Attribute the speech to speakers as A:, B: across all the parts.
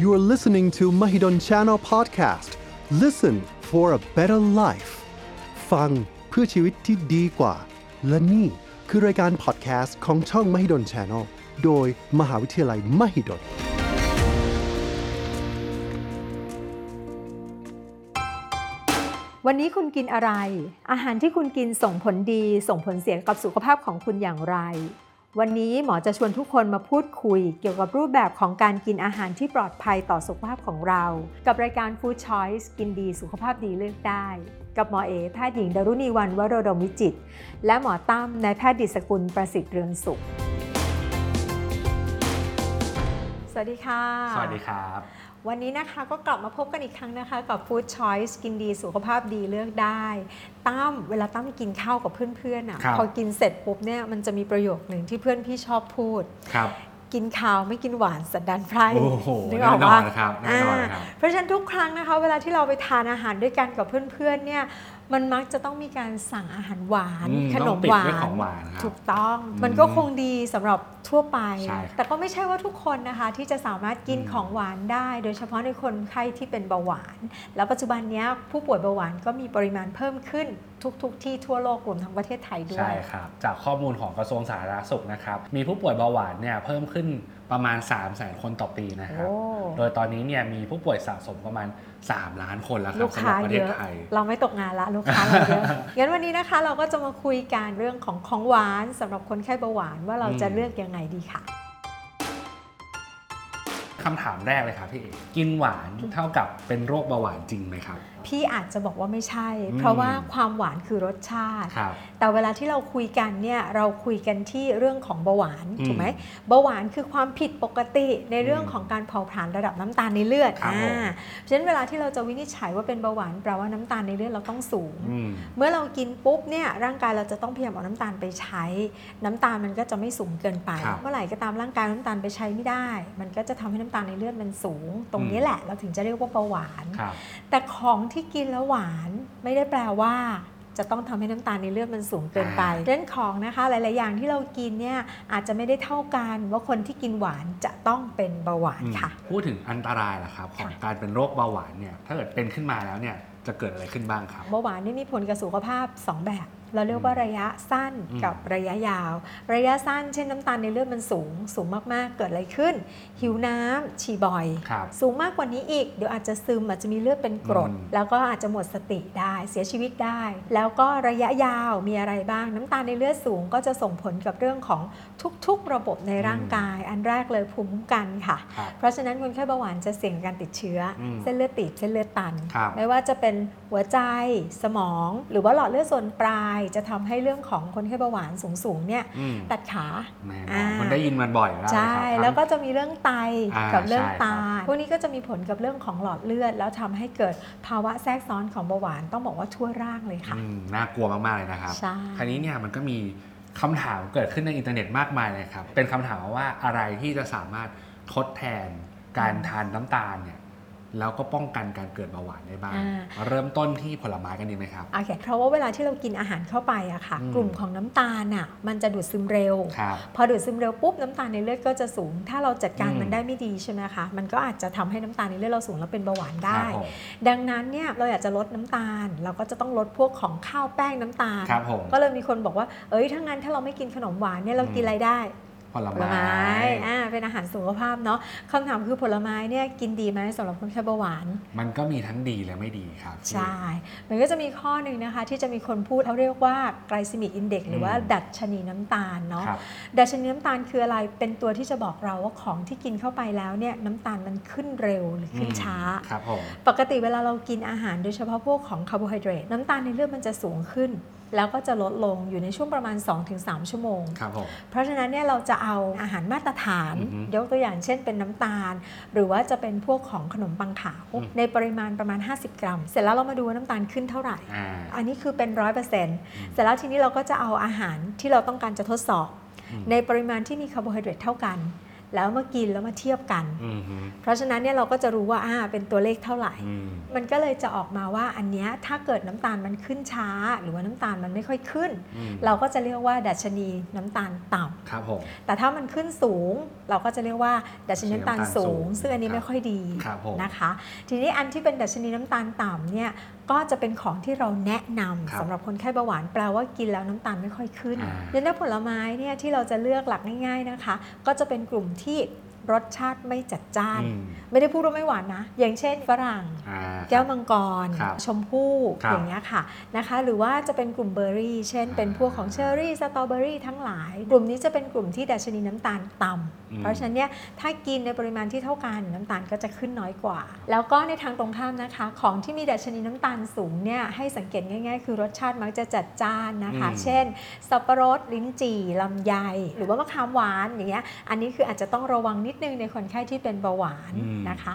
A: You are listening to Mahidol Channel Podcast. Listen for a better life. ฟังเพื่อชีวิตที่ดีกว่า และนี่คือรายการ podcast ของช่อง Mahidol Channel โดยมหาวิทยาลัย Mahidol
B: วันนี้คุณกินอะไร อาหารที่คุณกินส่งผลดี ส่งผลเสียกับสุขภาพของคุณอย่างไร วันนี้หมอจะชวนทุกคนมาพูดคุย เกี่ยวกับรูปแบบของการกินอาหารที่ปลอดภัยต่อสุขภาพของเรา กับรายการ Food Choice กินดีสุขภาพดีเลือกได้ กับหมอเอแพทย์หญิงดรุณีวันวโรดมวิจิตรและหมอตั้มนายแพทย์ดิศกุลประสิทธิ์เรืองสุข สวัสดีค่ะ
C: สวัสดีครับ
B: วันนี้นะคะก็กลับมาพบกันอีกครั้งนะคะ กับ Food Choice กินดีสุขภาพดีเลือกได้ตั้มเวลาตั้มกินข้าวกับเพื่อนๆอ่ะ
C: ครับ
B: พอกินเสร็จปุ๊บเนี่ยมันจะมีประโยคหนึ่งที่เพื่อนพี่ชอบพูด
C: ครับ
B: กินข้าวไม่กินหวานสันดานไพร่
C: โอ้โห
B: นึกอ
C: แน่
B: อก
C: นอ
B: ว่าน
C: นะครับแน่นอนนะครับ
B: เพราะฉะนั้นทุกครั้งนะคะ เวลาที่เราไปทานอาหารด้วยกันกับเพื่อนๆเนี่ยมันมักจะต้องมีการสั่งอาหารหวาน
C: อืม
B: ขน
C: ต้อ
B: ม
C: งติ
B: ห
C: ด
B: วา
C: ด้วย
B: น
C: ของหวานครับ
B: ถูกต้อง
C: อืม
B: มันก็คงดีสำหรับทั่วไป
C: ใช่ครับ
B: แต่ก็ไม่ใช่ว่าทุกคนนะคะ ที่จะสามารถกิน
C: อืม
B: ของหวานได้ โดยเฉพาะในคนไข้ที่เป็นเบาหวาน แล้วปัจจุบันเนี้ยผู้ป่วยเบาหวานก็มีปริมาณเพิ่มขึ้นทุกๆทที่ทั่วโลกรวมทั้งประเทศไทยด้ว
C: ใช่
B: ย
C: ครับ จากข้อมูลของกระทรวงสาธารณสุขนะครับ มีผู้ป่วยเบาหวานเนี่ยเพิ่มขึ้นประมาณ 3 0 0 0 0 0 คนต่อปีนะครับ
B: โอ้
C: โดยตอนนี้เนี่ยมีผู้ป่วยสะสมประมาณ 3 ล้านคนแล้วครั
B: ลู
C: บ
B: ก
C: สำห
B: ค้า
C: รับประ
B: เย
C: เทศ
B: อะ
C: ไทย
B: เราไม่ตกงานละลูกค้าเราเยอะ งั้นวันนี้นะคะเราก็จะมาคุยกันเรื่องของของหวานสำหรับคนไข้เบาหวานว่าเราจะ
C: อืม
B: เลือกยังไงดีค่ะ
C: คำถามแรกเลยครับพี่เอกกินหวานเท่ากับเป็นโรคเบาหวานจริงไหมครับ
B: พี่อาจจะบอกว่าไม่ใช่
C: อืม
B: เพราะว่าความหวานคือรสชาติ
C: ครับ
B: แต่เวลาที่เราคุยกันเนี่ยเราคุยกันที่เรื่องของเบาหวาน
C: อืม
B: ถูกไหมเบาหวานคือความผิดปกติในเรื่องของการเผาผลาญระดับน้ำตาลในเลือด
C: ครับผม
B: อ่าเพราะฉะนั้นเวลาที่เราจะวินิจฉัยว่าเป็นเบาหวานแปลว่าน้ำตาลในเลือดเราต้องสูง
C: อืม
B: เมื่อเรากินปุ๊บเนี่ยร่างกายเราจะต้องพยายามเอาน้ำตาลไปใช้ น้ำตาลมันก็จะไม่สูงเกินไป
C: ครับ
B: เมื่อไหร่ก็ตามร่างกายเอาน้ำตาลไปใช้ไม่ได้ มันก็จะทำให้น้ำตาลในเลือดมันสูง ตรงนี้
C: อืม
B: แหละเราถึงจะเรียกว่าเบาหวาน
C: ครับ
B: แต่ของที่กินแล้วหวานไม่ได้แปลว่าจะต้องทำให้น้ำตาลในเลือดมันสูงเกินไป
C: อ่า
B: เรื่องของนะคะหลาย ๆ อย่างที่เรากินเนี่ยอาจจะไม่ได้เท่ากันว่าคนที่กินหวานจะต้องเป็นเบาหวาน
C: อืม
B: ค่ะ
C: พูดถึงอันตรายล่ะครับ ของการเป็นโรคเบาหวานเนี่ย ถ้าเกิดเป็นขึ้นมาแล้วเนี่ยจะเกิดอะไรขึ้นบ้างครับ
B: เบาหวานนี่มีผลกับสุขภาพ 2 แบบ เราเรียกว่า
C: อืม
B: ระยะสั้น
C: อืม
B: กับระยะยาว ระยะสั้นเช่นน้ำตาลในเลือดมันสูง สูงมาก ๆ เกิดอะไรขึ้น หิวน้ำฉี่บ่อย
C: ครับ
B: สูงมากกว่านี้อีก เดี๋ยวอาจจะซึมอาจจะมีเลือดเป็นกรด
C: อืม
B: แล้วก็อาจจะหมดสติได้เสียชีวิตได้ แล้วก็ระยะยาวมีอะไรบ้าง น้ำตาลในเลือดสูงก็จะส่งผลกับเรื่องของทุก ๆ ระบบในร่างกาย อันแรกเลยภูมิคุ้มกันค่ะ
C: ครับ
B: เพราะฉะนั้นคนไข้เบาหวานจะเสี่ยงการติดเชื้ออ
C: ม
B: เส้นเลือดตีบเส้นเลือดตัน
C: ครับ
B: ไม่ว่าจะเป็นหัวใจสมอง หรือว่าหลอดเลือดส่วนปลาย จะทำให้เรื่องของคนไข้เบาหวานสูงๆเนี่ย
C: อืม
B: ตัดขา
C: แน่น
B: อ่า
C: อนคนได้ยินมันบ่อยแล้วนะครับ
B: ใช่
C: ทั้ง
B: แล้วก็จะมีเรื่องไต
C: อ่ากั
B: กับเรื่อง
C: ใช่
B: ตา
C: ครับ
B: พวกนี้ก็จะมีผลกับเรื่องของหลอดเลือด แล้วทำให้เกิดภาวะแทรกซ้อนของเบาหวานต้องบอกว่าทั่วร่างเลยค่ะ
C: อืมน่ากลัวมาก ๆ เลยนะครับ
B: ใช่
C: คราวนี้เนี่ยมันก็มีคำถามเกิดขึ้นในอินเทอร์เน็ตมากมายเลยครับ เป็นคำถามว่าอะไรที่จะสามารถทดแทนการทานน้ำตาลเนี่ย แล้วก็ป้องกันการเกิดเบาหวานได้บ้าง
B: อ่า
C: เริ่มต้นที่ผลไม้กันดีไหมครับ
B: โอเคเพราะว่าเวลาที่เรากินอาหารเข้าไปอะค่ะ
C: อืม
B: กลุ่มของน้ำตาลอะมันจะดูดซึมเร็ว
C: ครับ
B: พอดูดซึมเร็วปุ๊บน้ำตาลในเลือดก็จะสูง ถ้าเราจัดการ
C: อืม
B: มันได้ไม่ดีใช่ไหมคะ มันก็อาจจะทำให้น้ำตาลในเลือดเราสูงแล้วเป็นเบาหวานได้
C: ครับผม
B: ดังนั้นเนี่ยเราอยากจะลดน้ำตาล เราก็จะต้องลดพวกของข้าวแป้งน้ำตาล
C: ครับผม
B: ก็เลยมีคนบอกว่า เอ้ยถ้างั้นถ้าเราไม่กินขนมหวานเนี่ยเรากิน
C: อืม
B: อะไรได้
C: ผล
B: ผล
C: ไม้
B: ไม้อ่าเป็นอาหารสุขภาพเนาะคำถามคือผลไม้เนี่ยกินดีไหมสำหรับคนไข้เบาหวาน
C: มันก็มีทั้งดีและไม่ดีครับ
B: ใช่ มันก็จะมีข้อหนึ่งนะคะ ที่จะมีคนพูดเขาเรียกว่า glycemic index หรือว่า
C: อืม
B: ดัชนีน้ำตาลเนาะ
C: ครับ
B: ดัชนีน้ำตาลคืออะไร เป็นตัวที่จะบอกเราว่าของที่กินเข้าไปแล้วเนี่ยน้ำตาลมันขึ้นเร็วหรือขึ้นช้า
C: ครับผม
B: ปกติเวลาเรากินอาหารโดยเฉพาะพวกของคาร์โบไฮเดรตน้ำตาลในเลือดมันจะสูงขึ้น แล้วก็จะลดลงอยู่ในช่วงประมาณ 2-3 ชั่วโมง
C: ครับผม
B: เพราะฉะนั้นเนี่ยเราจะเอาอาหารมาตรฐาน
C: อือฮึ
B: ยกตัวอย่างเช่นเป็นน้ำตาล หรือว่าจะเป็นพวกของขนมปังขาว
C: อืม
B: ในปริมาณประมาณ 50 กรัม เสร็จแล้วเรามาดูว่าน้ำตาลขึ้นเท่าไหร่
C: อ่า
B: อันนี้คือเป็นร้อยเปอร์เซ็นต์เสร็จแล้วทีนี้เราก็จะเอาอาหารที่เราต้องการจะทดสอบ
C: อืม
B: ในปริมาณที่มีคาร์โบไฮเดรตเท่ากัน แล้วมากินแล้วมาเทียบกัน
C: อืมฮึ
B: เพราะฉะนั้นเนี่ยเราก็จะรู้ว่าอ่าเป็นตัวเลขเท่าไหร่
C: อืม
B: มันก็เลยจะออกมาว่าอันเนี้ยถ้าเกิดน้ำตาลมันขึ้นช้า หรือว่าน้ำตาลมันไม่ค่อยขึ้น
C: อืม
B: เราก็จะเรียกว่าดัชนีน้ำตาลต่ำ
C: ครับผม
B: แต่ถ้ามันขึ้นสูง เราก็จะเรียกว่าดัชนีน้ำตาลสูง
C: ดัชนีน้ำตาลสูง
B: ซึ่งอันนี้
C: ครับ
B: ไม่ค่อยดี
C: ครับผม
B: นะคะ ทีนี้อันที่เป็นดัชนีน้ำตาลต่ำเนี่ยก็จะเป็นของที่เราแนะนำ
C: ครับ
B: สำหรับคนไข้เบาหวานแปลว่ากินแล้วน้ำตาลไม่ค่อยขึ้น
C: อ่า
B: ดังนั้นผลไม้เนี่ยที่เราจะเลือกหลักง่าย ๆนะคะ ก็จะเป็นกลุ่มที่รสชาติไม่จัดจ้าน
C: อืม
B: ไม่ได้พูดว่าไม่หวานนะ อย่างเช่นฝรั่ง
C: อ่า
B: แก้วมังกร
C: ครับ
B: ชมพู่
C: ครับ
B: อย่างเงี้ยค่ะนะคะ หรือว่าจะเป็นกลุ่มเบอร์รี่ เช่น
C: อ่า
B: เป็นพวกของเชอร์รี่สตรอเบอรี่ทั้งหลาย กลุ่มนี้จะเป็นกลุ่มที่ดัชนีน้ำตาลต่ำ
C: อืม
B: เพราะฉะนั้นเนี่ยถ้ากินในปริมาณที่เท่ากันน้ำตาลก็จะขึ้นน้อยกว่า แล้วก็ในทางตรงข้ามนะคะ ของที่มีดัชนีน้ำตาลสูงเนี่ยให้สังเกตง่าย ๆ คือรสชาติมักจะจัดจ้านนะคะ เช่น สับปะรดลิ้นจี่ลำไย หรือว่ามะขามหวานอย่างเงี้ยอันนี้คืออาจจะต้องระวังนิดนึงในคนไข้ที่เป็นเบาหวาน
C: อืม
B: นะคะ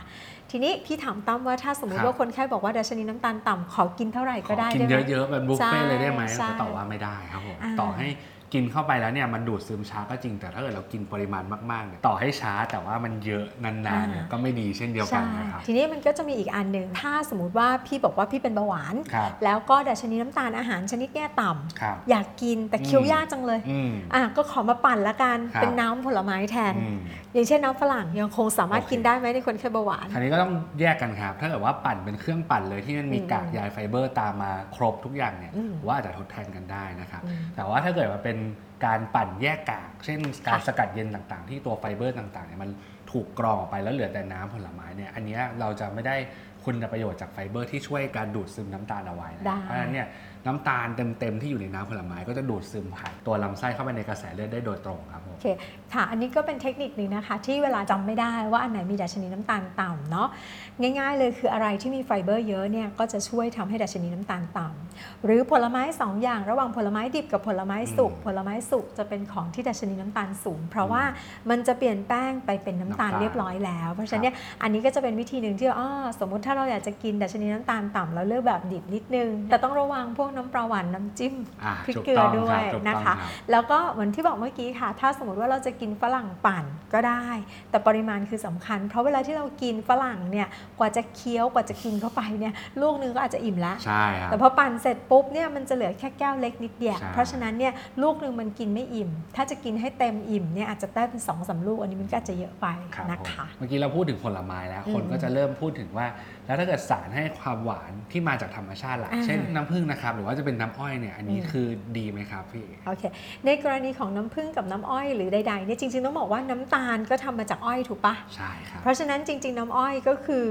B: ทีนี้พี่ถามตั้มว่าถ้าสมม
C: ครั
B: ติ
C: บ
B: ว่าคนไข้บอกว่าดัชนีน้ำตาลต่ำขอกินเท่าไหร่ก็ได้
C: ขอกิน
B: ได้ไหม
C: เยอะๆแบบบุฟเฟ่ต์เลยได้ไหม
B: ใช่
C: ก็ตอบว่าไม่ได้ครับผม
B: อ่า
C: ต่อให้กินเข้าไปแล้วเนี่ยมันดูดซึมช้าก็จริงแต่ถ้าเกิดเรากินปริมาณมากๆเนี่ยต่อให้ช้าแต่ว่ามันเยอะนานๆเนี่ยก็ไม่ดีเช่นเดียวกัน
B: ใช่
C: นะครับ
B: ทีนี้มันก็จะมีอีกอันหนึ่งถ้าสมมติว่าพี่บอกว่าพี่เป็นเบาหวาน
C: ครับ
B: แล้วก็ดัชนีน้ำตาลอาหารชนิดเนี้ยต่ำ
C: ครับ
B: อยากกินแต่เคี้ยวยากจังเลย
C: อืม
B: อ่ะก็ขอมาปั่นละกัน
C: ครับ
B: เป็นน้ำผลไม้แทน
C: อืม
B: อย่างเช่นน้ำฝรั่งยังคงสามารถ
C: โอเค
B: กินได้ไหมในคนไข้เบาหวาน
C: คราวนี้ก็ต้องแยกกันครับ ถ้าเกิดว่าปั่นเป็นเครื่องปั่นเลยที่มันมีกากใยไฟเบอร์ตามมาครบทุกอย่างเนี่ย
B: อืม
C: ว่าอาจจะทดแทนกันได้นะครับ
B: อืม
C: แต่ว่าถ้าเกิดว่าเป็นการปั่นแยกกาก เช่นการ
B: ค่ะ
C: สกัดเย็นต่างๆ ที่ตัวไฟเบอร์ต่างๆเนี่ยมันถูกกรองออกไปแล้วเหลือแต่น้ำผลไม้เนี่ยอันเนี้ยเราจะไม่ได้คุณประโยชน์จากไฟเบอร์ที่ช่วยการดูดซึมน้ำตาลเอาไว้
B: ได้
C: นะเพราะฉะนั้นเนี่ยน้ำตาลเต็มๆที่อยู่ในน้ำผลไม้ก็จะดูดซึมผ่านตัวลำไส้เข้าไปในกระแสเลือดได้โดยตรงครับผม
B: โอเคค่ะ อันนี้ก็เป็นเทคนิคหนึ่งนะคะ ที่เวลาจำไม่ได้ว่าอันไหนมีดัชนีน้ำตาลต่ำเนาะง่ายๆเลยคืออะไรที่มีไฟเบอร์เยอะเนี่ยก็จะช่วยทำให้ดัชนีน้ำตาลต่ำหรือผลไม้สองอย่างระหว่างผลไม้ดิบกับผลไม้สุก
C: อืม
B: ผลไม้สุกจะเป็นของที่ดัชนีน้ำตาลสูง เพราะ
C: อืม
B: ว่ามันจะเปลี่ยนแป้งไปเป็นน้ำตาล
C: น้ำตาล
B: เรียบร้อยแล้ว เพราะฉะนั้นเนี่ยอันนี้ก็จะเป็นวิธีหนึ่งที่อ๋อสมมติถ้าเราอยากจะกินดัชนีน้ำตาลต่ำเราเลือกแบบดิบนิดนึง แต่ต้องระวังพวกน้ำปลาหวานน้ำจิ้ม
C: อ่า
B: พริก
C: ถูก
B: เกลือ
C: ต้อง
B: ด้ว
C: ครับ
B: ย
C: ถูกต้อง
B: นะคะ
C: ครับ
B: แล้วก็เหมือนที่บอกเมื่อกี้ค่ะ ถ้าสมมติว่าเราจะกินฝรั่งปั่นก็ได้ แต่ปริมาณคือสำคัญ เพราะเวลาที่เรากินฝรั่งเนี่ย กว่าจะเคี้ยว กว่าจะกินเข้าไปเนี่ย ลูกนึงก็อาจจะอิ่มละ
C: ใช่ครับ
B: แต่พอปั่นเสร็จปุ๊บเนี่ยมันจะเหลือแค่แก้วเล็กนิดเดียว
C: ใช่
B: เพราะฉะนั้นเนี่ยลูกหนึ่งมันกินไม่อิ่ม ถ้าจะกินให้เต็มอิ่มเนี่ยอาจจะได้เป็นสองสามลูก อันนี้มันก็อาจจะเยอะไป
C: ครับ
B: นะ
C: ผม
B: คะ
C: เมื่อกี้เราพูดถึงผลไม้แล้ว
B: อืม
C: คนก็จะเริ่มพูดถึงว่า แล้วถ้าเกิดสารให้ความหวานที่มาจากธรรมชาติล่ะ
B: อ่า
C: เช่นน้ำผึ้งนะครับ หรือว่าจะเป็นน้ำอ้อยเนี่ยอันนี้
B: อืม
C: คือดีไหมครับพี่
B: โอเค ในกรณีของน้ำผึ้งกับน้ำอ้อยหรือใดๆเนี่ยจริงๆต้องบอกว่าน้ำตาลก็ทำมาจากอ้อยถูกปะ
C: ใช่ครับ
B: เพราะฉะนั้นจริง ๆ น้ำอ้อยก็คือ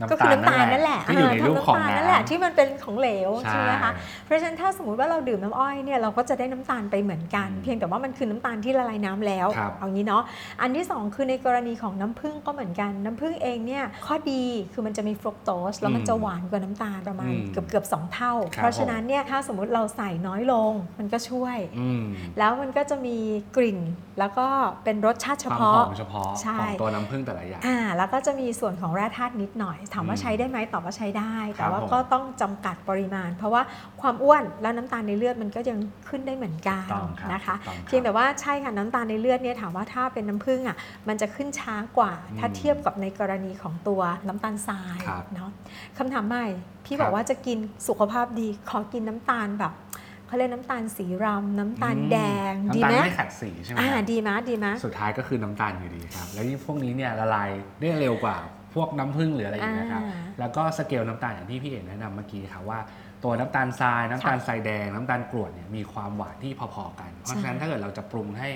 C: น้ำตาล
B: ก็คือน้ำตาล
C: นั่
B: นั่น
C: น
B: แห
C: แห
B: ละ
C: ละ
B: เ
C: ที่อยู่ในรูปของ
B: ทั้น้ำตาล
C: น้ำ
B: นั่นแหละที่มันเป็นของเหลวใช่ไหมคะเพราะฉะนั้นถ้าสมมติว่าเราดื่มน้ำอ้อยเนี่ยเราก็จะได้น้ำตาลไปเหมือนกัน
C: อืม
B: เพียงแต่ว่ามันคือน้ำตาลที่ละลายน้ำแล้ว
C: ครับ
B: เอางี้เนาะอันที่สองคือในกรณีของน้ำผึ้งก็เหมือนกันน้ำผึ้งเองเนี่ยข้อดีคือมันจะมีฟรุกโตสแล้วมันจะหวานกว่าน้ำตาลประมาณ
C: อืม
B: เกือบเกือบๆสองเท่า
C: ครับ
B: เพราะฉะนั้นเนี่ยถ้าสมมติเราใส่น้อยลงมันก็ช่วย
C: อืม
B: แล้วมันก็จะมีกลิ่นแล้วก็เป็นรสชาติเฉ
C: ความห
B: พาะ
C: อมเฉพาะ
B: ใช่
C: ของตัวน้ำผึ้งแต่ละอย่าง
B: อ่าแล้วก็จะมีส่วนของแร่ธาตุนิดหน่อย ถามว่า
C: อืม
B: ใช้ได้ไหมตอบว่าใช้ได้
C: ครั
B: แต่
C: บ
B: ว่า
C: ผม
B: ก็ต้องจำกัดปริมาณ เพราะว่าความอ้วนแล้วน้ำตาลในเลือดมันก็ยังขึ้นได้เหมือนกัน
C: ต้องรับ
B: นะคะ
C: ต้องรับ
B: เพียงแต่ว่าใช่ค่ะน้ำตาลในเลือดเนี่ยถามว่าถ้าเป็นน้ำผึ้งอ่ะมันจะขึ้นช้ากว่า
C: อืม
B: ถ้าเทียบกับในกรณีของตัวน้ำตาลทราย
C: ครับ
B: เนาะคำถามใหม่พี่
C: ครับ บ
B: อกว่าจะกินสุขภาพดีขอกินน้ำตาลแบบเขาเรียกน้ำตาลสีรำน้ำตาล
C: อืม
B: แดงดี
C: น้ำตาล
B: ไหม
C: ไม่ขัดสีใช่ไหม
B: อ่า
C: ครับ
B: ดีไหมดีไหม
C: สุดท้ายก็คือน้ำตาลอยู่ดีครับ แล้วยิ่งพวกนี้เนี่ยละลายได้เร็วกว่าพวกน้ำผึ้งหรืออะไรอย่างนี้ยครับ
B: อ่า
C: แล้วก็สเกลน้ำตาลอย่างที่พี่เอกแนะนำเมื่อกี้ครับว่า ตัวน้ำตาลทรายน้ำตาลทรายแดงน้ำตาลกรวดเนี่ยมีความหวานที่พอๆกัน เพราะฉะนั้นถ้าเกิดเราจะปรุงให้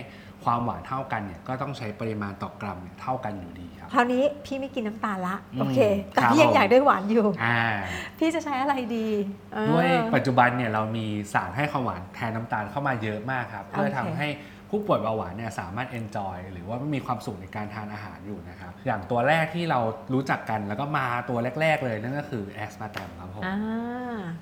C: ความหวานเท่ากันเนี่ยก็ต้องใช้ปริมาณต่อกรัมเนี่ยเท่ากันอยู่ดีครับ
B: คราวนี้พี่ไม่กินน้ำตาลละ
C: อืม
B: โอเคแต่
C: ครับ
B: พี่ยัง
C: ผม
B: อยากได้หวานอยู่
C: อ่า
B: พี่จะใช้อะไรดีเออ
C: ด้วยปัจจุบันเนี่ยเรามีสารให้ความหวานแทนน้ำตาลเข้ามาเยอะมากครับ
B: โอเค
C: เพื่อทำให้ผู้ป่วยเบาหวานเนี่ยสามารถ enjoy หรือว่ามีความสุขในการทานอาหารอยู่นะครับ อย่างตัวแรกที่เรารู้จักกันแล้วก็มาตัวแรก ๆ เลยนั่นก็คือแอสปาร์ตมครับผม
B: อ่า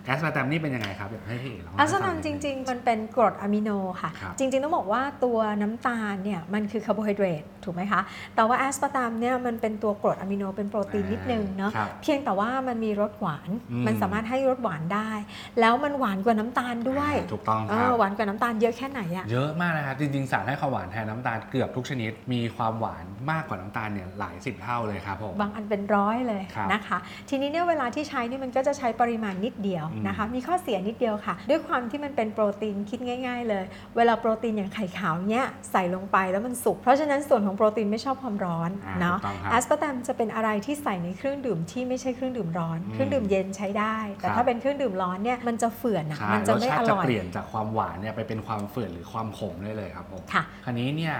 C: แอสปาร์ตมนี่เป็นยังไงครับอยากให้พี่เอกเล่าให้
B: อัส
C: ฟั
B: นัน
C: งนิด
B: จ
C: นึง
B: ริง ๆ มันเป็นกรดอะมิโนค่ะ
C: ครับ
B: จริง ๆ ต้องบอกว่าตัวน้ำตาลเนี่ยมันคือคาร์โบไฮเดรตถูกไหมคะ แต่ว่าแอสปาร์ตามเนี่ยมันเป็นตัวกรดอะมิโนเป็นโปรตีนนิดนึงเนาะ
C: ครับ
B: เพียงแต่ว่ามันมีรสหวาน
C: อืม
B: มันสามารถให้รสหวานได้ แล้วมันหวานกว่าน้ำตาลด้วย
C: ถูกต้อง
B: เอ
C: ครั
B: อบ หวานกว่าน้ำตาลเยอะแค่ไหนอะ
C: เยอะมากนะครับจริง งๆสารให้ความหวานแทนน้ำตาลเกือบทุกชนิด มีความหวานมากกว่าน้ำตาลเนี่ยหลายสิบเท่าเลยครับผม
B: บางอันเป็นร้อยเลย
C: ครับ
B: นะคะ ทีนี้เนี่ยเวลาที่ใช้นี่มันก็จะใช้ปริมาณนิดเดียว
C: อืม
B: นะคะ มีข้อเสียนิดเดียวค่ะ ด้วยความที่มันเป็นโปรตีนคิดง่าย ๆ เลย เวลาโปรตีนอย่างไข่ขาวเนี่ยใส่ลงไปแล้วมันสุก เพราะฉะนั้นส่วนของโปรตีนไม่ชอบความร้อน
C: อ่
B: เนาะ
C: ถูกต้องครับ
B: แอสปาร์ตามจะเป็นอะไรที่ใส่ในเครื่องดื่มที่ไม่ใช่เครื่องดื่มร้อน
C: อืม
B: เครื่องดื่มเย็นใช้ได้ แต่
C: ครับ
B: ถ้าเป็นเครื่องดื่มร้อนเนี่ยมันจะเฝื่อนอะ
C: ใช่
B: มัน
C: ร
B: จะ
C: ส
B: ไม่
C: ชา
B: อ
C: ติจะ
B: ร่อย
C: เปลี่ยนจากความหวานเนี่ยไปเป็นความเฟื่อนหรือความขมได้เลยครับผม
B: ค่ะ
C: คราวนี้เนี่ย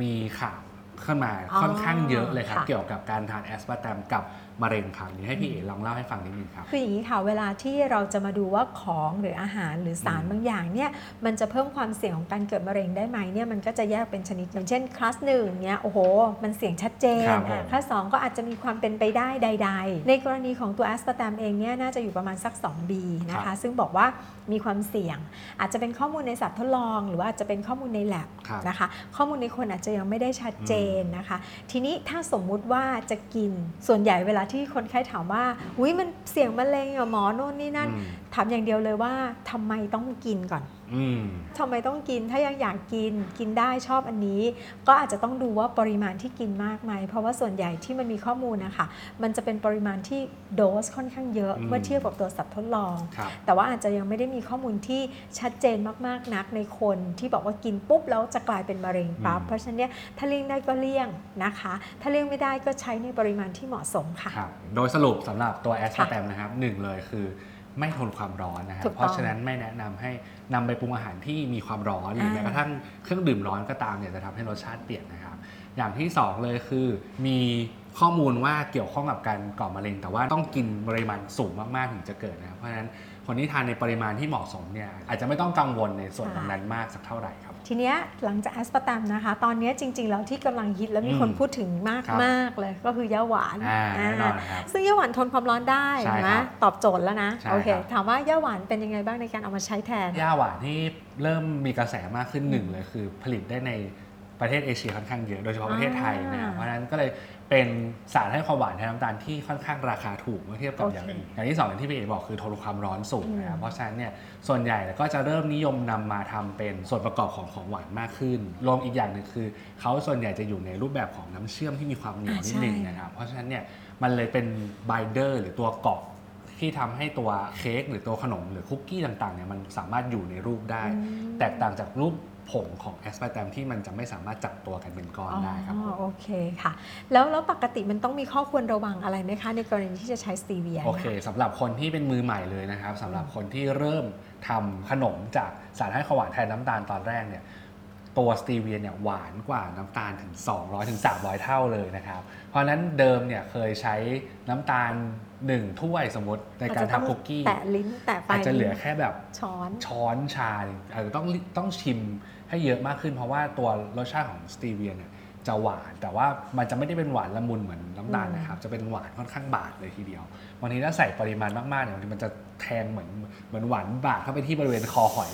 C: มีข่าวขึ้นมา
B: อ๋อ
C: ค่อนข้างเยอะเลยครับ
B: ค่ะ
C: เกี่ยวกับการทานแอสปาร์ตามกับมะเร็งครับนี้ให้พี่เอ๋ลองเล่าให้ฟังนิดนึงครับ
B: คืออย่างนี้ค่ะ เวลาที่เราจะมาดูว่าของหรืออาหารหรือสาร
C: อืม
B: บางอย่างเนี่ยมันจะเพิ่มความเสี่ยงของการเกิดมะเร็งได้ไหมเนี่ยมันก็จะแยกเป็นชนิดอย่างเช่นคลาสหนึ่งเนี่ยโอ้โห มันเสี่ยงชัดเจน
C: ครับผม
B: อ่ะคลาสสองก็อาจจะมีความเป็นไปได้ใด ๆ ในกรณีของตัวแอสปาร์ตามเองเนี่ยน่าจะอยู่ประมาณสัก 2B นะคะ ซึ่งบอกว่ามีความเสี่ยง อาจจะเป็นข้อมูลในสัตว์ทดลอง หรือว่าอาจจะเป็นข้อมูลใน lab
C: ครับ
B: นะคะข้อมูลในคนอาจจะยังไม่ได้ชัดเจนนะคะ ทีนี้ถ้าสมมุติว่าจะกินส่วนใหญ่เวลาที่คนไข้ถามว่าอุ้ยมันเสี่ยงมะเร็งเหรอหมอโน่นนี่นั่น
C: อืม
B: ถามอย่างเดียวเลยว่าทำไมต้องกินก่อน
C: อืม
B: ทำไมต้องกินถ้ายังอยากกินกินได้ชอบอันนี้ ก็อาจจะต้องดูว่าปริมาณที่กินมากไหมเพราะว่าส่วนใหญ่ที่มันมีข้อมูลนะคะมันจะเป็นปริมาณที่โดสค่อนข้างเยอะ
C: อืม
B: เมื่อเทียบกับตัวสัตว์ทดลอง
C: ครับ
B: แต่ว่าอาจจะยังไม่ได้มีข้อมูลที่ชัดเจนมากๆนักในคนที่บอกว่ากินปุ๊บแล้วจะกลายเป็นมะเร็งปั๊บ
C: อืม
B: เพราะฉะนั้นเนี่ยถ้าเลี่ยงได้ก็เลี่ยงนะคะ ถ้าเลี่ยงไม่ได้ก็ใช้ในปริมาณที่เหมาะสมค่ะ
C: ครับโดยสรุปสำหรับตัวแอสพาร์แตมนะครับหนึ่งเลยคือไม่ทนความร้อนนะครับ
B: ถูกต้อง
C: เพราะฉะนั้นไม่แนะนำให้นำไปปรุงอาหารที่มีความร้อนหรือ
B: อ่า
C: แม้กระทั่งเครื่องดื่มร้อนก็ตามเนี่ยจะทำให้รสชาติเปลี่ยนนะครับ อย่างที่สองเลยคือมีข้อมูลว่าเกี่ยวข้องกับการก่อมะเร็ง แต่ว่าต้องกินปริมาณสูงมากๆถึงจะเกิดนะครับเพราะฉะนั้นคนที่ทานในปริมาณที่เหมาะสมเนี่ยอาจจะไม่ต้องกังวลในส่วนตรง
B: ค่ะ
C: นั้นมากสักเท่าไหร่ครับ
B: ทีเนี้ยหลังจากแอสปาร์ตามนะคะ ตอนเนี้ยจริง ๆ แล้วที่กำลังฮิตและมี
C: อืม
B: คนพูดถึงมาก
C: ครับ
B: มากเลยก็คือยาหวาน
C: อ่าแน่นอน
B: อ่า
C: ครับ
B: ซึ่งยาหวานทนความร้อนได้
C: ใช่ครับ
B: นะตอบโจทย์แล้วนะ
C: ใช่
B: โอเค
C: ครับ
B: ถามว่ายาหวานเป็นยังไงบ้างในการเอามาใช้แทน
C: ย่าหวานที่เริ่มมีกระแสมากขึ้นหนึ่งเลยคือผลิตได้ในประเทศเอเชียค่อนข้างเยอะ โดยเฉพาะประเทศไทยนะ
B: อ่า
C: เพราะฉะนั้นก็เลยเป็นสารให้ความหวานแทนน้ำตาลที่ค่อนข้างราคาถูกเมื่อเทียบกับ
B: โอเค
C: อย่างอื่นอย่างที่สองอย่างที่พี่เอบอกคือทนความร้อนสูงนะค
B: อื
C: รับ
B: ม
C: เพราะฉะนั้นเนี่ยส่วนใหญ่ก็จะเริ่มนิยมนำมาทำเป็นส่วนประกอบของของหวานมากขึ้นรวมอีกอย่างหนึ่งคือเขาส่วนใหญ่จะอยู่ในรูปแบบของน้ำเชื่อมที่มีความเหนียวนิดนึงนะครับเพราะฉะนั้นเนี่ยมันเลยเป็นไบเดอร์หรือตัวเกาะ ที่ทำให้ตัวเค้กหรือตัวขนมหรือคุกกี้ต่างๆเนี่ยมันสามารถอยู่ในรูปได้
B: อืม
C: แตกต่างจากรูปผงของแอสปาร์ตมที่มันจะไม่สามารถจับตัวกันเป็นก้อนได้ครับ
B: อ๋อโอเคค่ะ แล้วแล้วปกติมันต้องมีข้อควรระวังอะไรไหมคะ ในกรณีที่จะใช้สตีเวีย
C: โอเคสำหรับคนที่เป็นมือใหม่เลยนะครับสำหรับคนที่เริ่มทำขนมจากสารให้ขวานแทนน้ำตาลตอนแรกเนี่ยตัวสตีเวียเนี่ยหวานกว่าน้ำตาลถึง 200ถึง300 เท่าเลยนะครับเพราะฉะนั้นเดิมเนี่ยเคยใช้น้ำตาล 1 ถ้วยสมมติในการทำคุกกี้
B: อาจจะต้องแตะลิ้นแตะปลา
C: อาย จจะเหลือแค่แบบ
B: ช้อน
C: ช้อนชาเนี่ยอาจจะต้องต้องชิมให้เยอะมากขึ้น เพราะว่าตัวรสชาติของสตีเวียเนี่ยจะหวาน แต่ว่ามันจะไม่ได้เป็นหวานละมุนเหมือนน้ำตาล
B: อืม
C: นะครับ จะเป็นหวานค่อนข้างบาดเลยทีเดียวบางทีถ้าใส่ปริมาณมากๆเนี่ยบางทีมันจะแทงเหมือนเหมือนหวานบาดเข้าไปที่บริเวณคอหอย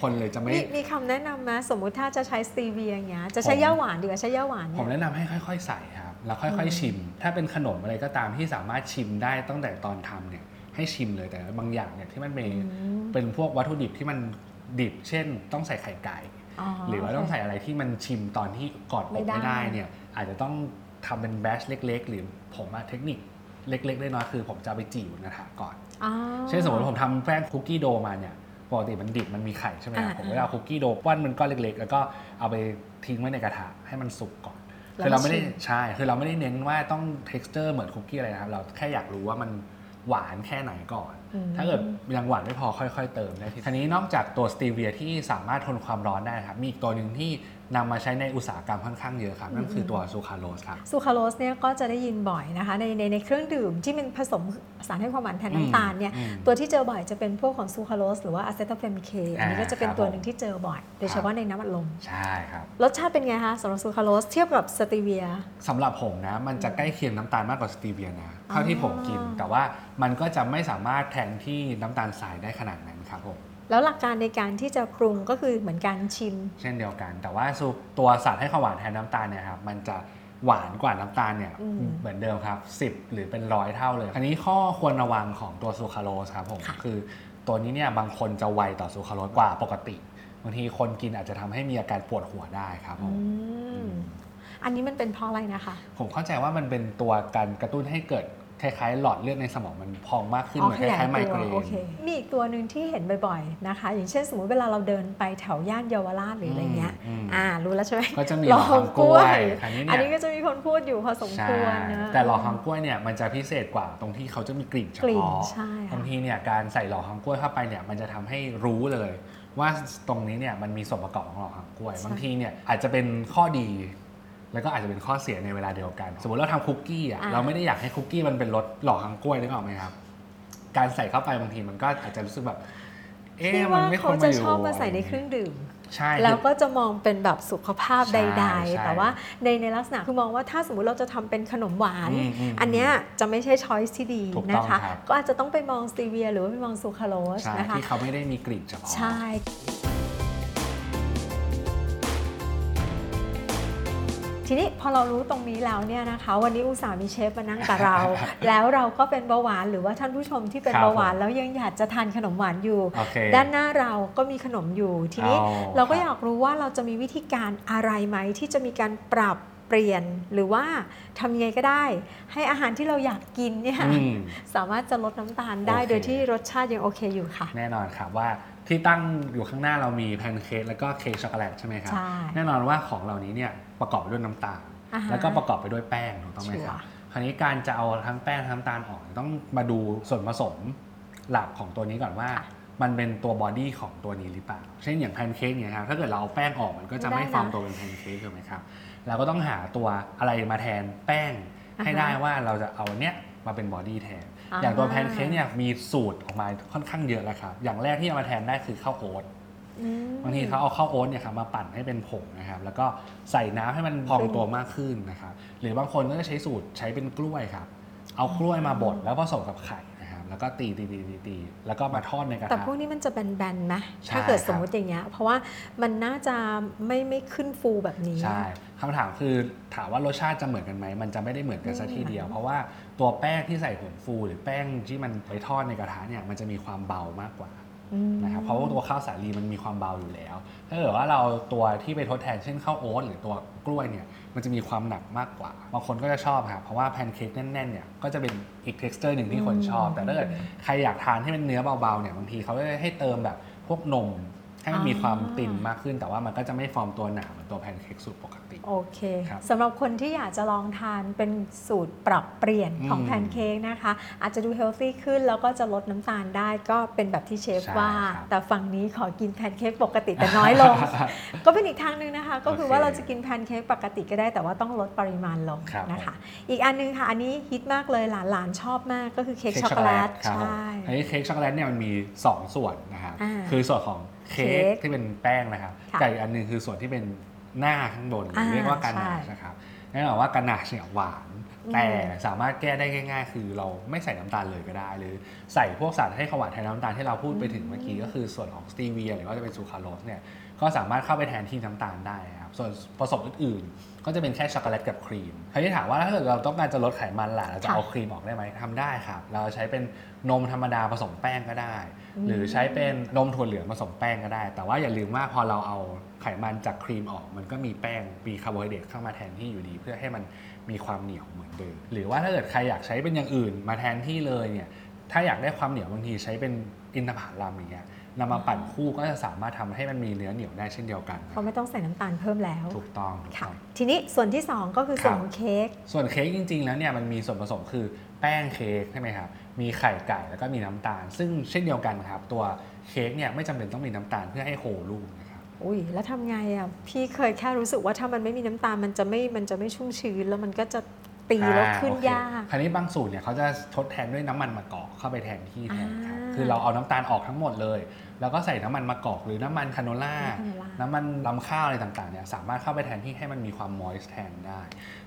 C: คนเลยจะไม่
B: มีมีคำแนะนำไหมสมมุติถ้าจะใช้สตีเวียอย่างเงี้ยจะใช้
C: ผม
B: ย่าหวานดีกว่าใช้ย่าหวาน
C: ผ
B: เนี่
C: ม
B: ย
C: แนะนำให้ค่อย ๆ ใส่ครับแล้วค่อย
B: อืม
C: ๆ ชิม ถ้าเป็นขนมอะไรก็ตามที่สามารถชิมได้ตั้งแต่ตอนทำเนี่ยให้ชิมเลยแต่บางอย่างเนี่ยที่มันมี
B: อืม
C: เป็นพวกวัตถุดิบที่มันดิบ เช่น ต้องใส่ไข่ไก่ หรือว่าต้อง
B: โเค
C: ใส่อะไรที่มันชิมตอนที่ก่อนอบ
B: ไม่
C: ไม่
B: ได้
C: ได้เนี่ยอาจจะต้องทำเป็นแบชเล็ก ๆ หรือผมอะเทคนิคเล็กๆได้น้อยๆคือผมจะเอาไปจีบนกระทะก่อน
B: อ๋อ
C: เช่นสมมติผมทำแป้งคุกกี้โดมาเนี่ยปกติมันดิบมันมีไข่ใช่ไหมครับ
B: อ่า
C: ผมก็จะเอาคุกกี้โดป้อนมันก้อนเล็ก ๆ แล้วก็เอาไปทิ้งไว้ในกระทะให้มันสุกก่อน
B: แล้ว
C: คือเราไม่ได้
B: ชิม
C: ใช่คือเราไม่ได้เน้นว่าต้อง t e x t อร์เหมือนคุกกี้อะไรนะครับเราแค่อยากรู้ว่ามันหวานแค่ไหนก่อน
B: อืม
C: ถ้าเกิดยังหวานไม่พอค่อย ๆ เติมได้ทีทีนี้นอกจากตัวสตีเวียที่สามารถทนความร้อนได้ครับ มีอีกตัวหนึ่งที่นำมาใช้ในอุตสาหกรรมค่อนข้างเยอะครับ นั่นคือตัวซูคราโลสครับ
B: ซูคราโลสเนี่ยก็จะได้ยินบ่อยนะคะในในในเครื่องดื่มที่มันผสมสารให้ความหวานแทนน้ำตาลเนี่ย
C: อืมอืม
B: ตัวที่เจอบ่อยจะเป็นพวกของซูคราโลสหรือว่าอะเซทาเฟมเคอันนี้ก็จะเป็น
C: อ่าครับ
B: ตัวหนึ่งที่เจอบ่อย โดยเฉ
C: ครับ
B: พาะในน้ำอัดลม
C: ใช่ครับ
B: รสชาติเป็นไงคะสำหรับซูคราโลสเทียบกับสตีเวีย
C: สำหรับผมนะ มันจะใกล้เคียงน้ำตาลมากกว่าสตีเวียนะเท่าที่ผมกิน แต่ว่ามันก็จะไม่สามารถแทนที่น้ำตาลทรายได้ขนาดนั้นครับผม
B: แล้วหลักการในการที่จะปรุงก็คือเหมือนการชิม
C: เช่นเดียวกัน แต่ว่าสูตัวสารให้ความหวานแทนน้ำตาลเนี่ยครับมันจะหวานกว่าน้ำตาลเนี่ย
B: อืม
C: เหมือนเดิมครับ 10 หรือเป็นร้อยเท่าเลย อันนี้ข้อควรระวังของตัวซูคราโลสครับผม
B: ค่ะ
C: คือตัวนี้เนี่ยบางคนจะไวต่อซูคราโลสกว่าปกติ บางทีคนกินอาจจะทำให้มีอาการปวดหัวได้ครับผ
B: อืม
C: ม
B: อันนี้มันเป็นเพราะอะไรนะคะ
C: ผมเข้าใจว่ามันเป็นตัวการกระตุ้นให้เกิดคล้ายๆ หลอดเลือดในสมองมันพองมากขึ้นเหมือนคล้ายๆไมเกร
B: โอน เค มีอีกตัวหนึ่งที่เห็นบ่อยๆนะคะ อย่างเช่นสมมติเวลาเราเดินไปแถวย่านเยาวราชหรืออะไรเงี้ย
C: อืมอืม
B: อ่า รู้แล้วใช่ไหม
C: ก็จะมี
B: ห
C: ห
B: ล
C: ล
B: อดฮั
C: อดฮั
B: ง
C: ง
B: ก
C: ก
B: ล้
C: ล้ว วย ยอันนี้
B: อัน
C: เนี่
B: นี้
C: ย
B: ก็จะมีคนพูดอยู่พอสม
C: ใช่
B: ควรนะ
C: แต่หลอดฮังกล้วยเนี่ยมันจะพิเศษกว่าตรงที่เขาจะมีกลิ่นเฉ
B: กลิ่น
C: พาะ
B: ใช่ค่ะ
C: บางทีเนี่ยการใส่หลอดฮังกล้วยเข้าไปเนี่ยมันจะทำให้รู้เลย ว่าตรงนี้เนี่ยมันมีส่วนประกอบของหลอดฮังกล้วย บางทีเนี่ยอาจจะเป็นข้อดี แล้วก็อาจจะเป็นข้อเสียในเวลาเดียวกัน สมมติเราทำคุกกี้อ่ะ
B: อ่า
C: เราไม่ได้อยากให้คุกกี้มันเป็นรสหลอดฮังกล้วยนึกออกไหมครับ การใส่เข้าไปบางทีมันก็อาจจะรู้สึกแบบ เอ๊ะ
B: ที่
C: มั
B: ว่าน
C: ไม่คว
B: เขา
C: ร
B: จะ
C: มาอยู่
B: ชอบมาใส่ในเครื่องดื่ม
C: ใช่
B: แล้ว
C: คือ
B: ก็จะมองเป็นแบบสุขภาพ
C: ใช่
B: ใด
C: ใช่
B: ๆ แต่ว่าในในลักษณะคือมองว่าถ้าสมมติเราจะทำเป็นขนมหวาน
C: อืมอืม
B: อันเนี้ยจะไม่ใช่ช้อยส์ที่ดี
C: ถูกต้
B: นะ
C: อง
B: คะ
C: ครับ
B: ก็อาจจะต้องไปมองสตีเวียหรือว่าไปมองซูคราโลส
C: ใช่
B: นะคะ
C: ที่เขาไม่ได้มีกลิ่นเฉพาะ
B: ใช่ทีนี้พอเรารู้ตรงนี้แล้วเนี่ยนะคะ วันนี้อุตส่าห์มีเชฟมานั่งกับเรา แล้วเราก็เป็นเบาหวานหรือว่าท่านผู้ชมที่เป็น
C: ครับ
B: เบาหวานแล้วยังอยากจะทานขนมหวานอยู่
C: โอเค
B: ด้านหน้าเราก็มีขนมอยู่ทีนี้
C: เอา
B: เราก็
C: ครับ
B: อยากรู้ว่าเราจะมีวิธีการอะไรไหมที่จะมีการปรับเปลี่ยน หรือว่าทำยังไงก็ได้ ให้อาหารที่เราอยากกินเนี่ย
C: อืม
B: สามารถจะลดน้ำตาลได้
C: โอเค
B: โดยที่รสชาติยังโอเคอยู่ค่ะ
C: แน่นอนครับว่าที่ตั้งอยู่ข้างหน้าเรามีแพนเค้กแล้วก็เค้กช็อกโกแลตใช่ไหมครับ
B: ใช่
C: แน่นอนว่าของเหล่านี้เนี่ยประกอบไปด้วยน้ำตาล
B: อ่าฮะ
C: แล้วก็ประกอบไปด้วยแป้งถูกต้องไหมครั
B: ชั
C: บ
B: วร์
C: คราวนี้การจะเอาทั้งแป้งทั้งน้ำตาลออกเนี่ยต้องมาดูส่วนผสมหลักของตัวนี้ก่อนว่า มันเป็นตัวบอดี้ของตัวนี้หรือเปล่าเช่นอย่างแพนเค้กเนี่ยครับถ้าเกิดเราเอาแป้งออกมันก็จะไม่ฟอร์มตัวเป็นแพนเค้กถูกไหมครับเราก็ต้องหาตัวอะไรมาแทนแป้งให้ได้ว่าเราจะเอาอันเนี้ยมาเป็นบอดี้แทน อย่างตัวแพนเค้กเนี่ยมีสูตรออกมาค่อนข้างเยอะแล้วครับ อย่างแรกที่เอามาแทนได้คือข้าวโอ๊ต
B: อืม
C: บางทีเขาเอาข้าวโอ๊ตเนี่ยครับมาปั่นให้เป็นผงนะครับ แล้วก็ใส่น้ำให้มันพองตัวมากขึ้นนะครับ หรือบางคนก็จะใช้สูตรใช้เป็นกล้วยครับ เอากล้วยมาบดแล้วผสมกับไข่นะครับ แล้วก็ตีตีตีตีตีแล้วก็มาทอดในกระ
B: แต่
C: ทะ
B: พวกนี้มันจะแบนๆไหม
C: ใช่
B: ถ้าเกิด
C: ครับ
B: สมมุติอย่างเงี้ย เพราะว่ามันน่าจะไม่ไม่ขึ้นฟูแบบนี้
C: ใช่คำถามคือถามว่ารสชาติจะเหมือนกันไหมมันจะไม่ได้เหมือนกันซะทีเดียว
B: อืม
C: เพราะว่าตัวแป้งที่ใส่ผงฟู หรือแป้งที่มันไปทอดในกระทะเนี่ยมันจะมีความเบามากกว่า
B: อืม
C: นะครับเพราะว่าตัวข้าวสาลีมันมีความเบาอยู่แล้ว ถ้าเกิดว่าเราตัวที่ไปทดแทนเช่นข้าวโอ๊ตหรือตัวกล้วยเนี่ยมันจะมีความหนักมากกว่าบางคนก็จะชอบครับเพราะว่าแพนเค้กแน่นๆเนี่ยก็จะเป็นอีกเท็กซ์เจอร์หนึ่งที่คนชอบ
B: อืม
C: แต่ถ้าเกิดใครอยากทานให้มันเนื้อเบาๆเนี่ยบางทีเขาก็จะให้เติมแบบพวกนม ให้มันมีความ
B: อ่า
C: ติ่นมากขึ้น แต่ว่ามันก็จะไม่ฟอร์มตัวหนาเหมือนตัวแพนเค้กสูตรปกติ
B: โอเค
C: ครับ
B: สำหรับคนที่อยากจะลองทานเป็นสูตรปรับเปลี่ยนของ
C: อืม
B: แพนเค้กนะคะ อาจจะดูเฮลตี้ขึ้นแล้วก็จะลดน้ำตาลได้ก็เป็นแบบที่เชฟ
C: ใช่
B: ว่า
C: ครับ
B: แต่ฝั่งนี้ขอกินแพนเค้กปกติแต่น้อยล ง ก็เป็นอีกทางหนึ่งนะคะ ก็คือ
C: โอเค
B: ว่าเราจะกินแพนเค้กปกติก็ได้แต่ว่าต้องลดปริมาณลง
C: ครับ
B: นะคะ อีกอันหนึงค่ะอันนี้ฮิตมากเลยหลานๆชอบมากก็คือเค้กช็อกโกแลต
C: ครับผม
B: ใช่
C: อันนี้เค้กช็อกโกแลตเนี่ยมันมี 2 ส่วนนะครับ
B: อ่า
C: คือส่วนของเค้
B: เค้
C: ก
B: ก
C: ที่เป็นแป้งนะครับ
B: ค่ะ
C: กับอีกอันหนึงคือส่วนที่เป็นหน้าข้างบนหรืออา เรียกว่ากานาช
B: ใช่
C: นะครับแน่นอนว่ากานาชเนี่ยหวาน
B: อืม
C: แต่สามารถแก้ได้ง่าย ๆ คือเราไม่ใส่น้ำตาลเลยก็ได้ หรือใส่พวกสารให้ขวานแทนน้ำตาลที่เราพูดไปถึงเมื่อกี้ก็คือส่วนของสตีเวียหรือว่าจะเป็นซูคราโลสเนี่ยก็สามารถเข้าไปแทนที่น้ำตาลได้นะครับส่วนผสมอื่นๆ ก็จะเป็นแค่ช็อกโกแลตกับครีมคราวนี้ถามว่าถ้าเกิดเราต้องการจะลดไขมันล่ะเราจะเอา ครีมออกได้ไหมทำได้ครับ เราใช้เป็นนมธรรมดาผสมแป้งก็ได้
B: อืม
C: หรือใช้เป็นนมถั่วเหลืองผสมแป้งก็ได้ แต่ว่าอย่าลืมว่าพอเราเอาไขมันจากครีมออก มันก็มีแป้งมีคาร์โบไฮเดรตเข้ามาแทนที่อยู่ดี เพื่อให้มันมีความเหนียวเหมือนเดิมหรือว่าถ้าเกิดใครอยากใช้เป็นอย่างอื่นมาแทนที่เลยเนี่ยถ้าอยากได้ความเหนียวบางทีใช้เป็นอินทผลัมอย่างเงี้ยนำมาปั่นคู่ก็จะสามารถทำให้มันมีเนื้อเหนียวได้เช่นเดียวกัน
B: เพราะไม่ต้องใส่น้ำตาลเพิ่มแล้ว
C: ถูกต้องถูก
B: ค่ะ
C: ต้อง
B: ทีนี้ส่วนที่ 2 ก็คือส่วน
C: ครับ
B: ของเค้ก
C: ส่วนเค้กจริงๆ แล้วเนี่ยมันมีส่วนผสมคือแป้งเค้กใช่ไหมครับ มีไข่ไก่แล้วก็มีน้ำตาล ซึ่งเช่นเดียวกันครับ ตัวเค้กเนี่ยไม่จำเป็นต้องมีน้ำตาลเพื่อให้โฮลูกนะครับ
B: อุ้ยแล้วทำไงอ่ะ พี่เคยแค่รู้สึกว่าถ้ามันไม่มีน้ำตาลมันจะไม่มันจะไม่ชุ่มชื้นแล้วมันก็จะตี
C: อ่า
B: แล้วขึ้น
C: โอเค
B: ยาก
C: คราวนี้บางสูตรเนี่ยเขาจะทดแทนด้วยน้ำมันมะกอกเข้าไปแทนที่แทนครับ
B: อ่า
C: คือเราเอาน้ำตาลออกทั้งหมดเลย แล้วก็ใส่น้ำมันมะกอกหรือน้ำมันคาโนล่า
B: น้ำมันคาโนล่า
C: น้ำมันลำข้าวอะไรต่างๆเนี่ยสามารถเข้าไปแทนที่ให้มันมีความมอยส์แทนได้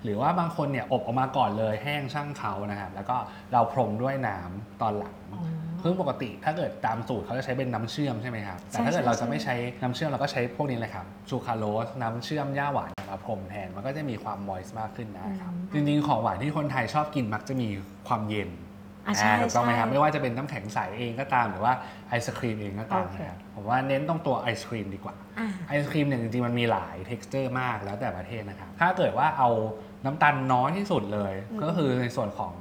C: หรือว่าบางคนเนี่ยอบออกมาก่อนเลยแห้งช่างเขานะครับ แล้วก็เราพรมด้วยน้ำตอนหลัง
B: อ๋อ
C: ซึ่งปกติถ้าเกิดตามสูตรเขาจะใช้เป็นน้ำเชื่อมใช่ไหมครับ แต่ถ้าเกิด
B: ใช่
C: เรา
B: ใช่
C: จะไม่ใช้น้ำเชื่อมเราก็ใช้พวกนี้เลยครับชูคราโลสน้ำเชื่อมย่าหวานมาพรมแทนมันก็จะมีความมอยส์มากขึ้นนะครับ จริงๆของหวานที่คนไทยชอบกินมักจะมีความเย็น
B: อ่ะใช่
C: ถูกต้องไหมครับ
B: ใช่
C: ไม่ว่าจะเป็นน้ำแข็งใสเองก็ตาม หรือว่าไอศครีมเองก็ตาม
B: โอเค
C: นะครับผมว่าเน้นตรงตัวไอศครีมดีกว่า
B: อ่ะ
C: ไอศครีมเนี่ยจริงๆ มันมีหลาย t e x t อร์มากแล้วแต่ประเทศนะครับ ถ้าเกิดว่าเอาน้ำตาลน้อยที่สุดเลย
B: อืม
C: ก็คือในส่วนของ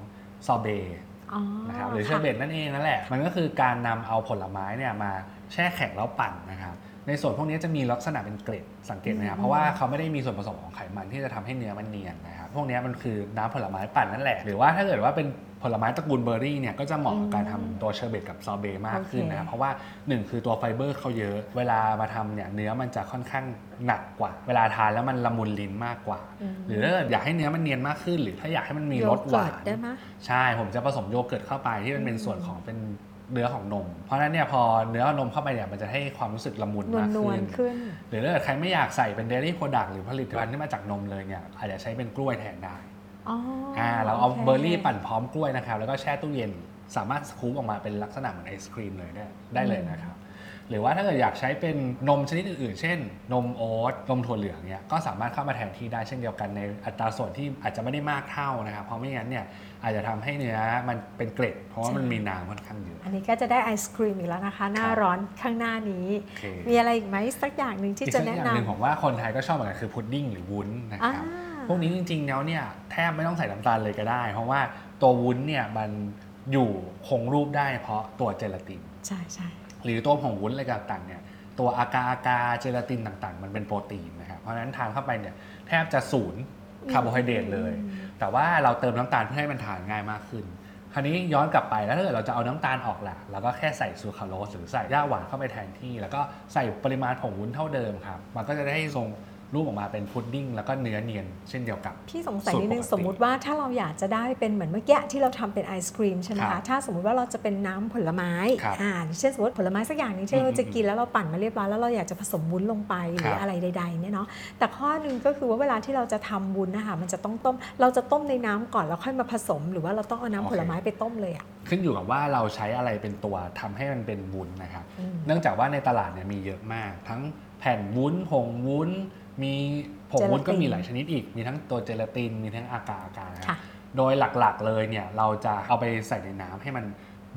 C: ซอเบต์
B: อ๋อ
C: นะครับหรือเชอร์เบ
B: ค่ะ
C: ตนั่นเองนั่นแหละ มันก็คือการนำเอาผลไม้เนี่ยมาแช่แข็งแล้วปั่นนะครับ ในส่วนพวกนี้จะมีลักษณะเป็นเกล็ดสังเกตไหมครับ เพราะว่าเขาไม่ได้มีส่วนผสมของไขมันที่จะทำให้เนื้อมันเนียนนะครับ พวกนี้มันคือน้ำผลไม้ปั่นนั่นแหละ หรือว่าถ้าเกิดว่าเป็นผลไม้ตระกูลเบอร์รี่เนี่ยก็จะเหมาะกับการทำตัวเชอร์เบตกับซอเบต์มากขึ้นนะครับ เพราะว่าหนึ่งคือตัวไฟเบอร์เขาเยอะ เวลามาทำเนี่ยเนื้อมันจะค่อนข้างหนักกว่า เวลาทานแล้วมันละมุนลิ้นมากกว่า
B: ม
C: หรือถ้าเกิดอยากให้เนื้อมันเนียนมากขึ้น หรือถ้าอยากให้มันมีรสหวาน
B: โยเกิตได้ไหม
C: ใช่ ผมจะผสมโยเกิร์ตเข้าไปที่มันเป็นส่วนของเป็นเนื้อของนม เพราะฉะนั้นเนี่ยพอเนื้อนมเข้าไปเนี่ยมันจะให้ความรู้สึกละมุน
B: นว
C: มา
B: ล
C: ก
B: นว
C: ขึ้
B: ล
C: น
B: ขึ้น
C: หรือถ้าเกิดใครไม่อยากใส่เป็นเดลี่โปรดักหรือผลิตภัณฑ์ที่มาจากนมเลยเนี่ยอาจจะใช้เป็นกล้วยแทนได้
B: อ๋ออ่า
C: อ่าเราเอาเบอร์รี่ปั่นพร้อมกล้วยนะครับ แล้วก็แช่ตู้เย็น สามารถสกู๊ปออกมาเป็นลักษณะเหมือนไอศครีมเลยได้ได้เลยนะครับ หรือว่าถ้าเกิดอยากใช้เป็นนมชนิดอื่นๆ เช่น นมโอ๊ตนมถั่วเหลืองเนี่ยก็สามารถเข้ามาแทนที่ได้เช่นเดียวกันในอัตราส่วนที่อาจจะไม่ได้มากเท่านะครับ เพราะไม่งั้นเนี่ยอาจจะทำให้เนื้อมันเป็นเกล็ด เพราะว่ามันมีน้ำค่อนข้างเยอะ
B: อันนี้ก็จะได้ไอศครีมอีกแล้วนะคะ หน้าร้อนข้างหน้านี้
C: โอเค
B: มีอะไรอีกไหมสักอย่างหนึ่งที่จะแนะ
C: อีกสักอย่างหนึ่งผ
B: นำ
C: มว่าคนไทยก็ชอบเหมือนกันคือพุดดิ้งหรือวุ้นนะ
B: อ่า
C: ครับ พวกนี้จริงๆ แล้วเนี่ยแทบไม่ต้องใส่น้ำตาลเลยก็ได้ เพราะว่าตัววุ้นเนี่ยมันอยู่คงรูปได้เพราะตัวเจลาติน
B: ใช่ใช่
C: หรือตัวผงวุ้นอะไรต่างๆเนี่ยตัวอากาอากาเจลาตินต่างๆ มันเป็นโปรตีนนะครับเพราะฉะนั้นทานเข้าไปเนี่ยแทบจะศูนย์คาร์โบไฮเดรตเลย
B: อืม
C: แต่ว่าเราเติมน้ำตาลเพื่อให้มันทานง่ายมากขึ้น คราวนี้ย้อนกลับไปแล้วถ้าเกิดเราจะเอาน้ำตาลออกล่ะเราก็แค่ใส่ซูคราโลสหรือใส่ย่าหวานเข้าไปแทนที่ แล้วก็ใส่ปริมาณผงวุ้นเท่าเดิมครับมันก็จะได้ทรงรูปออกมาเป็นพุดดิ้งแล้วก็เนื้อเนียนเช่นเดียวกับ
B: พี่สงสัยนิดนึง
C: สูตรปกติ
B: สมมุติว่าถ้าเราอยากจะได้เป็นเหมือนเมื่อกี้ที่เราทำเป็นไอศครีมใช่ไหม
C: ครั
B: คะ
C: บ
B: ถ้าสมมุติว่าเราจะเป็นน้ำผลไม้
C: ครับ
B: อ่าเช่นสมมติผลไม้สักอย่างหนึงที่เรา
C: อืม
B: จะกินแล้วเราปั่นมาเรียบร้อยแล้วเราอยากจะผสมวุ้นลงไปหรื
C: ค
B: อ
C: รับ
B: อะไรใดๆเนี่ยเนาะแต่ข้อหนึ่งก็คือว่าเวลาที่เราจะทำวุ้นนะคะมันจะต้องต้ม เราจะต้มในน้ำก่อนแล้วค่อยมาผสม หรือว่าเราต้องเอาน้ำ
C: โอเค
B: ผลไม้ไปต้มเลยอ่ะ
C: ขึ้นอยู่กับว่าเราใช้อะไรเป็นตัวทำให้มันเป็นวุ้นนะครับ
B: อืม
C: เนื่องจากว่าในตลาดเนี่ยมีเยอะมาก ทั้งแผ่นวุ้นผงวุ้น มีผงวุ้น
B: เจลาติน
C: ก็มีหลายชนิดอีก มีทั้งตัวเจลาติน มีทั้งอากาอากา
B: ค่ะ
C: โดยหลักๆเลยเนี่ยเราจะเอาไปใส่ในน้ำให้มัน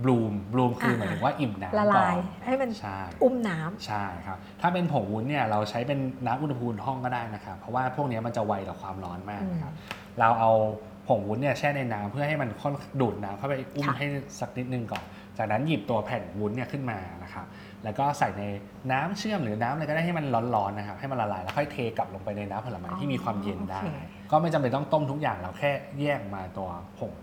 C: บลูมบลูมคือหมายถึงว่าอิ่มน้ำก่
B: ละ
C: อน
B: ลายให้มัน
C: ใช่
B: อุ้มน้ำ
C: ใช่ครับ ถ้าเป็นผงวุ้นเนี่ยเราใช้เป็นน้ำอุณหภูมิห้องก็ได้นะครับ เพราะว่าพวกเนี้ยมันจะไวต่อความร้อนมากนะครับ เราเอาผงวุ้นเนี่ยแช่ในน้ำเพื่อให้มันค่อนดูดน้ำเข้าไปอุ้ม
B: ค่ะ
C: ให้สักนิดนึงก่อน จากนั้นหยิบตัวแผ่นวุ้นเนี่ยขึ้นมานะครับ แล้วก็ใส่ในน้ำเชื่อมหรือน้ำอะไรก็ได้ให้มันร้อนๆนะครับ ให้มันละลายแล้วค่อยเทกลับลงไปในน้ำผลไม้ที่มีความเย็นได้
B: อ๋อโอเค
C: ก็ไม่จำเป็นต้องต้มทุกอย่างเราแค่แยกมาตัวผง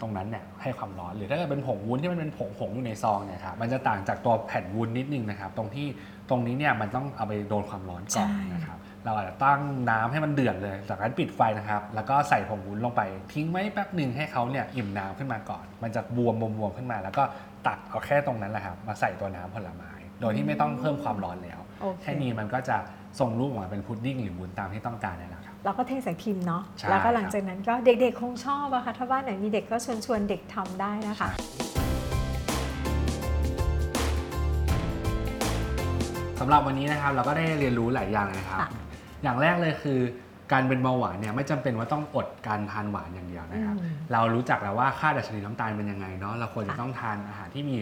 C: ตรงนั้นเนี่ยให้ความร้อน หรือถ้าเกิดเป็นผงวุ้นที่มันเป็นผงผงอยู่ในซองเนี่ยครับมันจะต่างจากตัวแผ่นวุ้นนิดนึงนะครับตรงที่ตรงนี้เนี่ยมันต้องเอาไปโดนความร้อนก่อนนะครับเราอาจจะตั้งน้ำให้มันเดือดเลย จากนั้นปิดไฟนะครับแล้วก็ใส่ผงวุ้นลงไป ทิ้งไว้แป๊บหนึ่งให้เขาเนี่ยอิ่มน้ำขึ้นมาก่อน มันจะบวมบวมบวมขึ้นมา แล้วก็ตักเอาแค่ตรงนั้นแหละครับมาใส่ตัวน้ำผลไม้ โดยที่ไม่ต้องเพิ่มความร้อนแล้ว
B: โอเค
C: แค่นี้มันก็จะทรงรูปออกมาเป็นพุดดิ้งหรือวุ้นตามที่ต้องการเนี่ยแหละครับ
B: เราก็เทใส่พิมพ์เนาะ
C: ใช่
B: แล้วก็หลังจากนั้นก็เด็กๆ คงชอบอะค่ะ ถ้าบ้านไหนมีเด็กก็ชวนชวนๆเด็กทำได้นะคะ
C: สำหรับวันนี้นะครับเราก็ได้เรียนรู้หลายอย่างเลยนะครับ
B: ค่ะ
C: อย่างแรกเลยคือ การเป็นเบาหวานเนี่ยไม่จำเป็นว่าต้องอดการทานหวานอย่างเดียวนะครับ
B: อืม
C: เรารู้จักแล้วว่าค่าดัชนีน้ำตาลเป็นยังไงเนาะเราควรจะ
B: ค่ะ
C: ต้องทานอาหารที่มี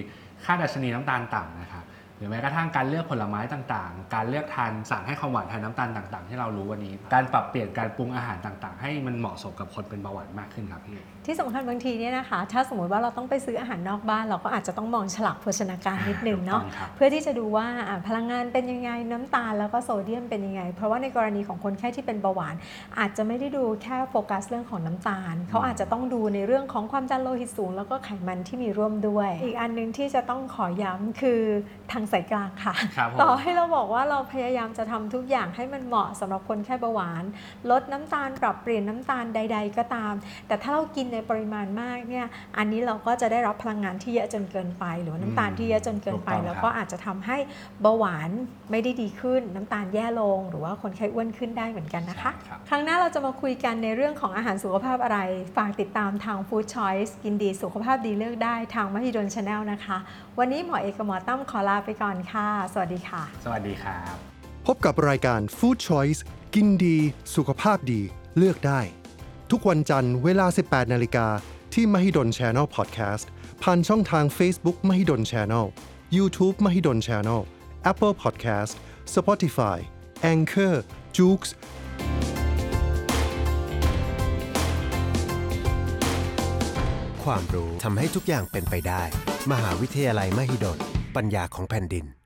C: ค่าดัชนีน้ำตาลต่ำนะครับหรือแม้กระทั่งการเลือกผลไม้ต่างๆ การเลือกทานสารให้ความหวานแทนน้ำตาลต่าง ๆ ที่เรารู้วันนี้ การปรับเปลี่ยนการปรุงอาหารต่างๆ ให้มันเหมาะสมกับคนเป็นเบาหวานมากขึ้นครับพี่
B: ที่สำคัญบางทีเนี่ยนะคะ ถ้าสมมติว่าเราต้องไปซื้ออาหารนอกบ้าน เราก็อาจจะต้องมองฉลากโภชนาการนิดนึงเนาะ
C: ถูกต้องครับ
B: เพื่อที่จะดูว่าอ่ะพลังงานเป็นยังไง น้ำตาลแล้วก็โซเดียมเป็นยังไง เพราะว่าในกรณีของคนไข้ที่เป็นเบาหวาน อาจจะไม่ได้ดูแค่โฟกัสเรื่องของน้ำตาล เขาอาจจะต้องดูในเรื่องของความดันโลหิตสูง แล้วก็ไขมันที่มีร่วมด้วย อีกอันหนึงที่จะต้องขอย้ำคือทางสายกลางค่ะ
C: ครับผม
B: ต่อให้เราบอกว่าเราพยายามจะทำทุกอย่างให้มันเหมาะสำหรับคนแค่เบาหวาน ลดน้ำตาลปรับเปลี่ยนน้ำตาลใด ๆ ก็ตาม แต่ถ้าเรากินในปริมาณมากเนี่ยอันนี้เราก็จะได้รับพลังงานที่เยอะจนเกินไป หรือว่าน้ำตาล
C: อืม
B: ที่เยอะจนเกินไป
C: ถูกต้องครับ
B: แล้วก็อาจจะทำให้เบาหวานไม่ได้ดีขึ้น น้ำตาลแย่ลง หรือว่าคนไข้อ้วนขึ้นได้เหมือนกันนะคะ
C: ใช่ครับ
B: ครั้งหน้าเราจะมาคุยกันในเรื่องของอาหารสุขภาพอะไร ฝากติดตามทาง Food Choice กินดีสุขภาพดีเลือกได้ทางมหิดลชาแนลนะคะ วันนี้หมอเอกกับหมอตั้มขอลาไปก่อนค่ะ สวัสดีค่ะ
C: สวัสดีครับ
A: พบกับรายการ Food Choice กินดี สุขภาพดี เลือกได้ ทุกวันจันทร์เวลา 18 นาฬิกาที่ Mahidol Channel Podcast ผ่านช่องทาง Facebook มหิดล Channel YouTube มหิดล Channel Apple Podcast Spotify Anchor j o o x
D: ความรู้ทำให้ทุกอย่างเป็นไปได้ มหาวิทยาลัยมหิดล ปัญญาของแผ่นดิน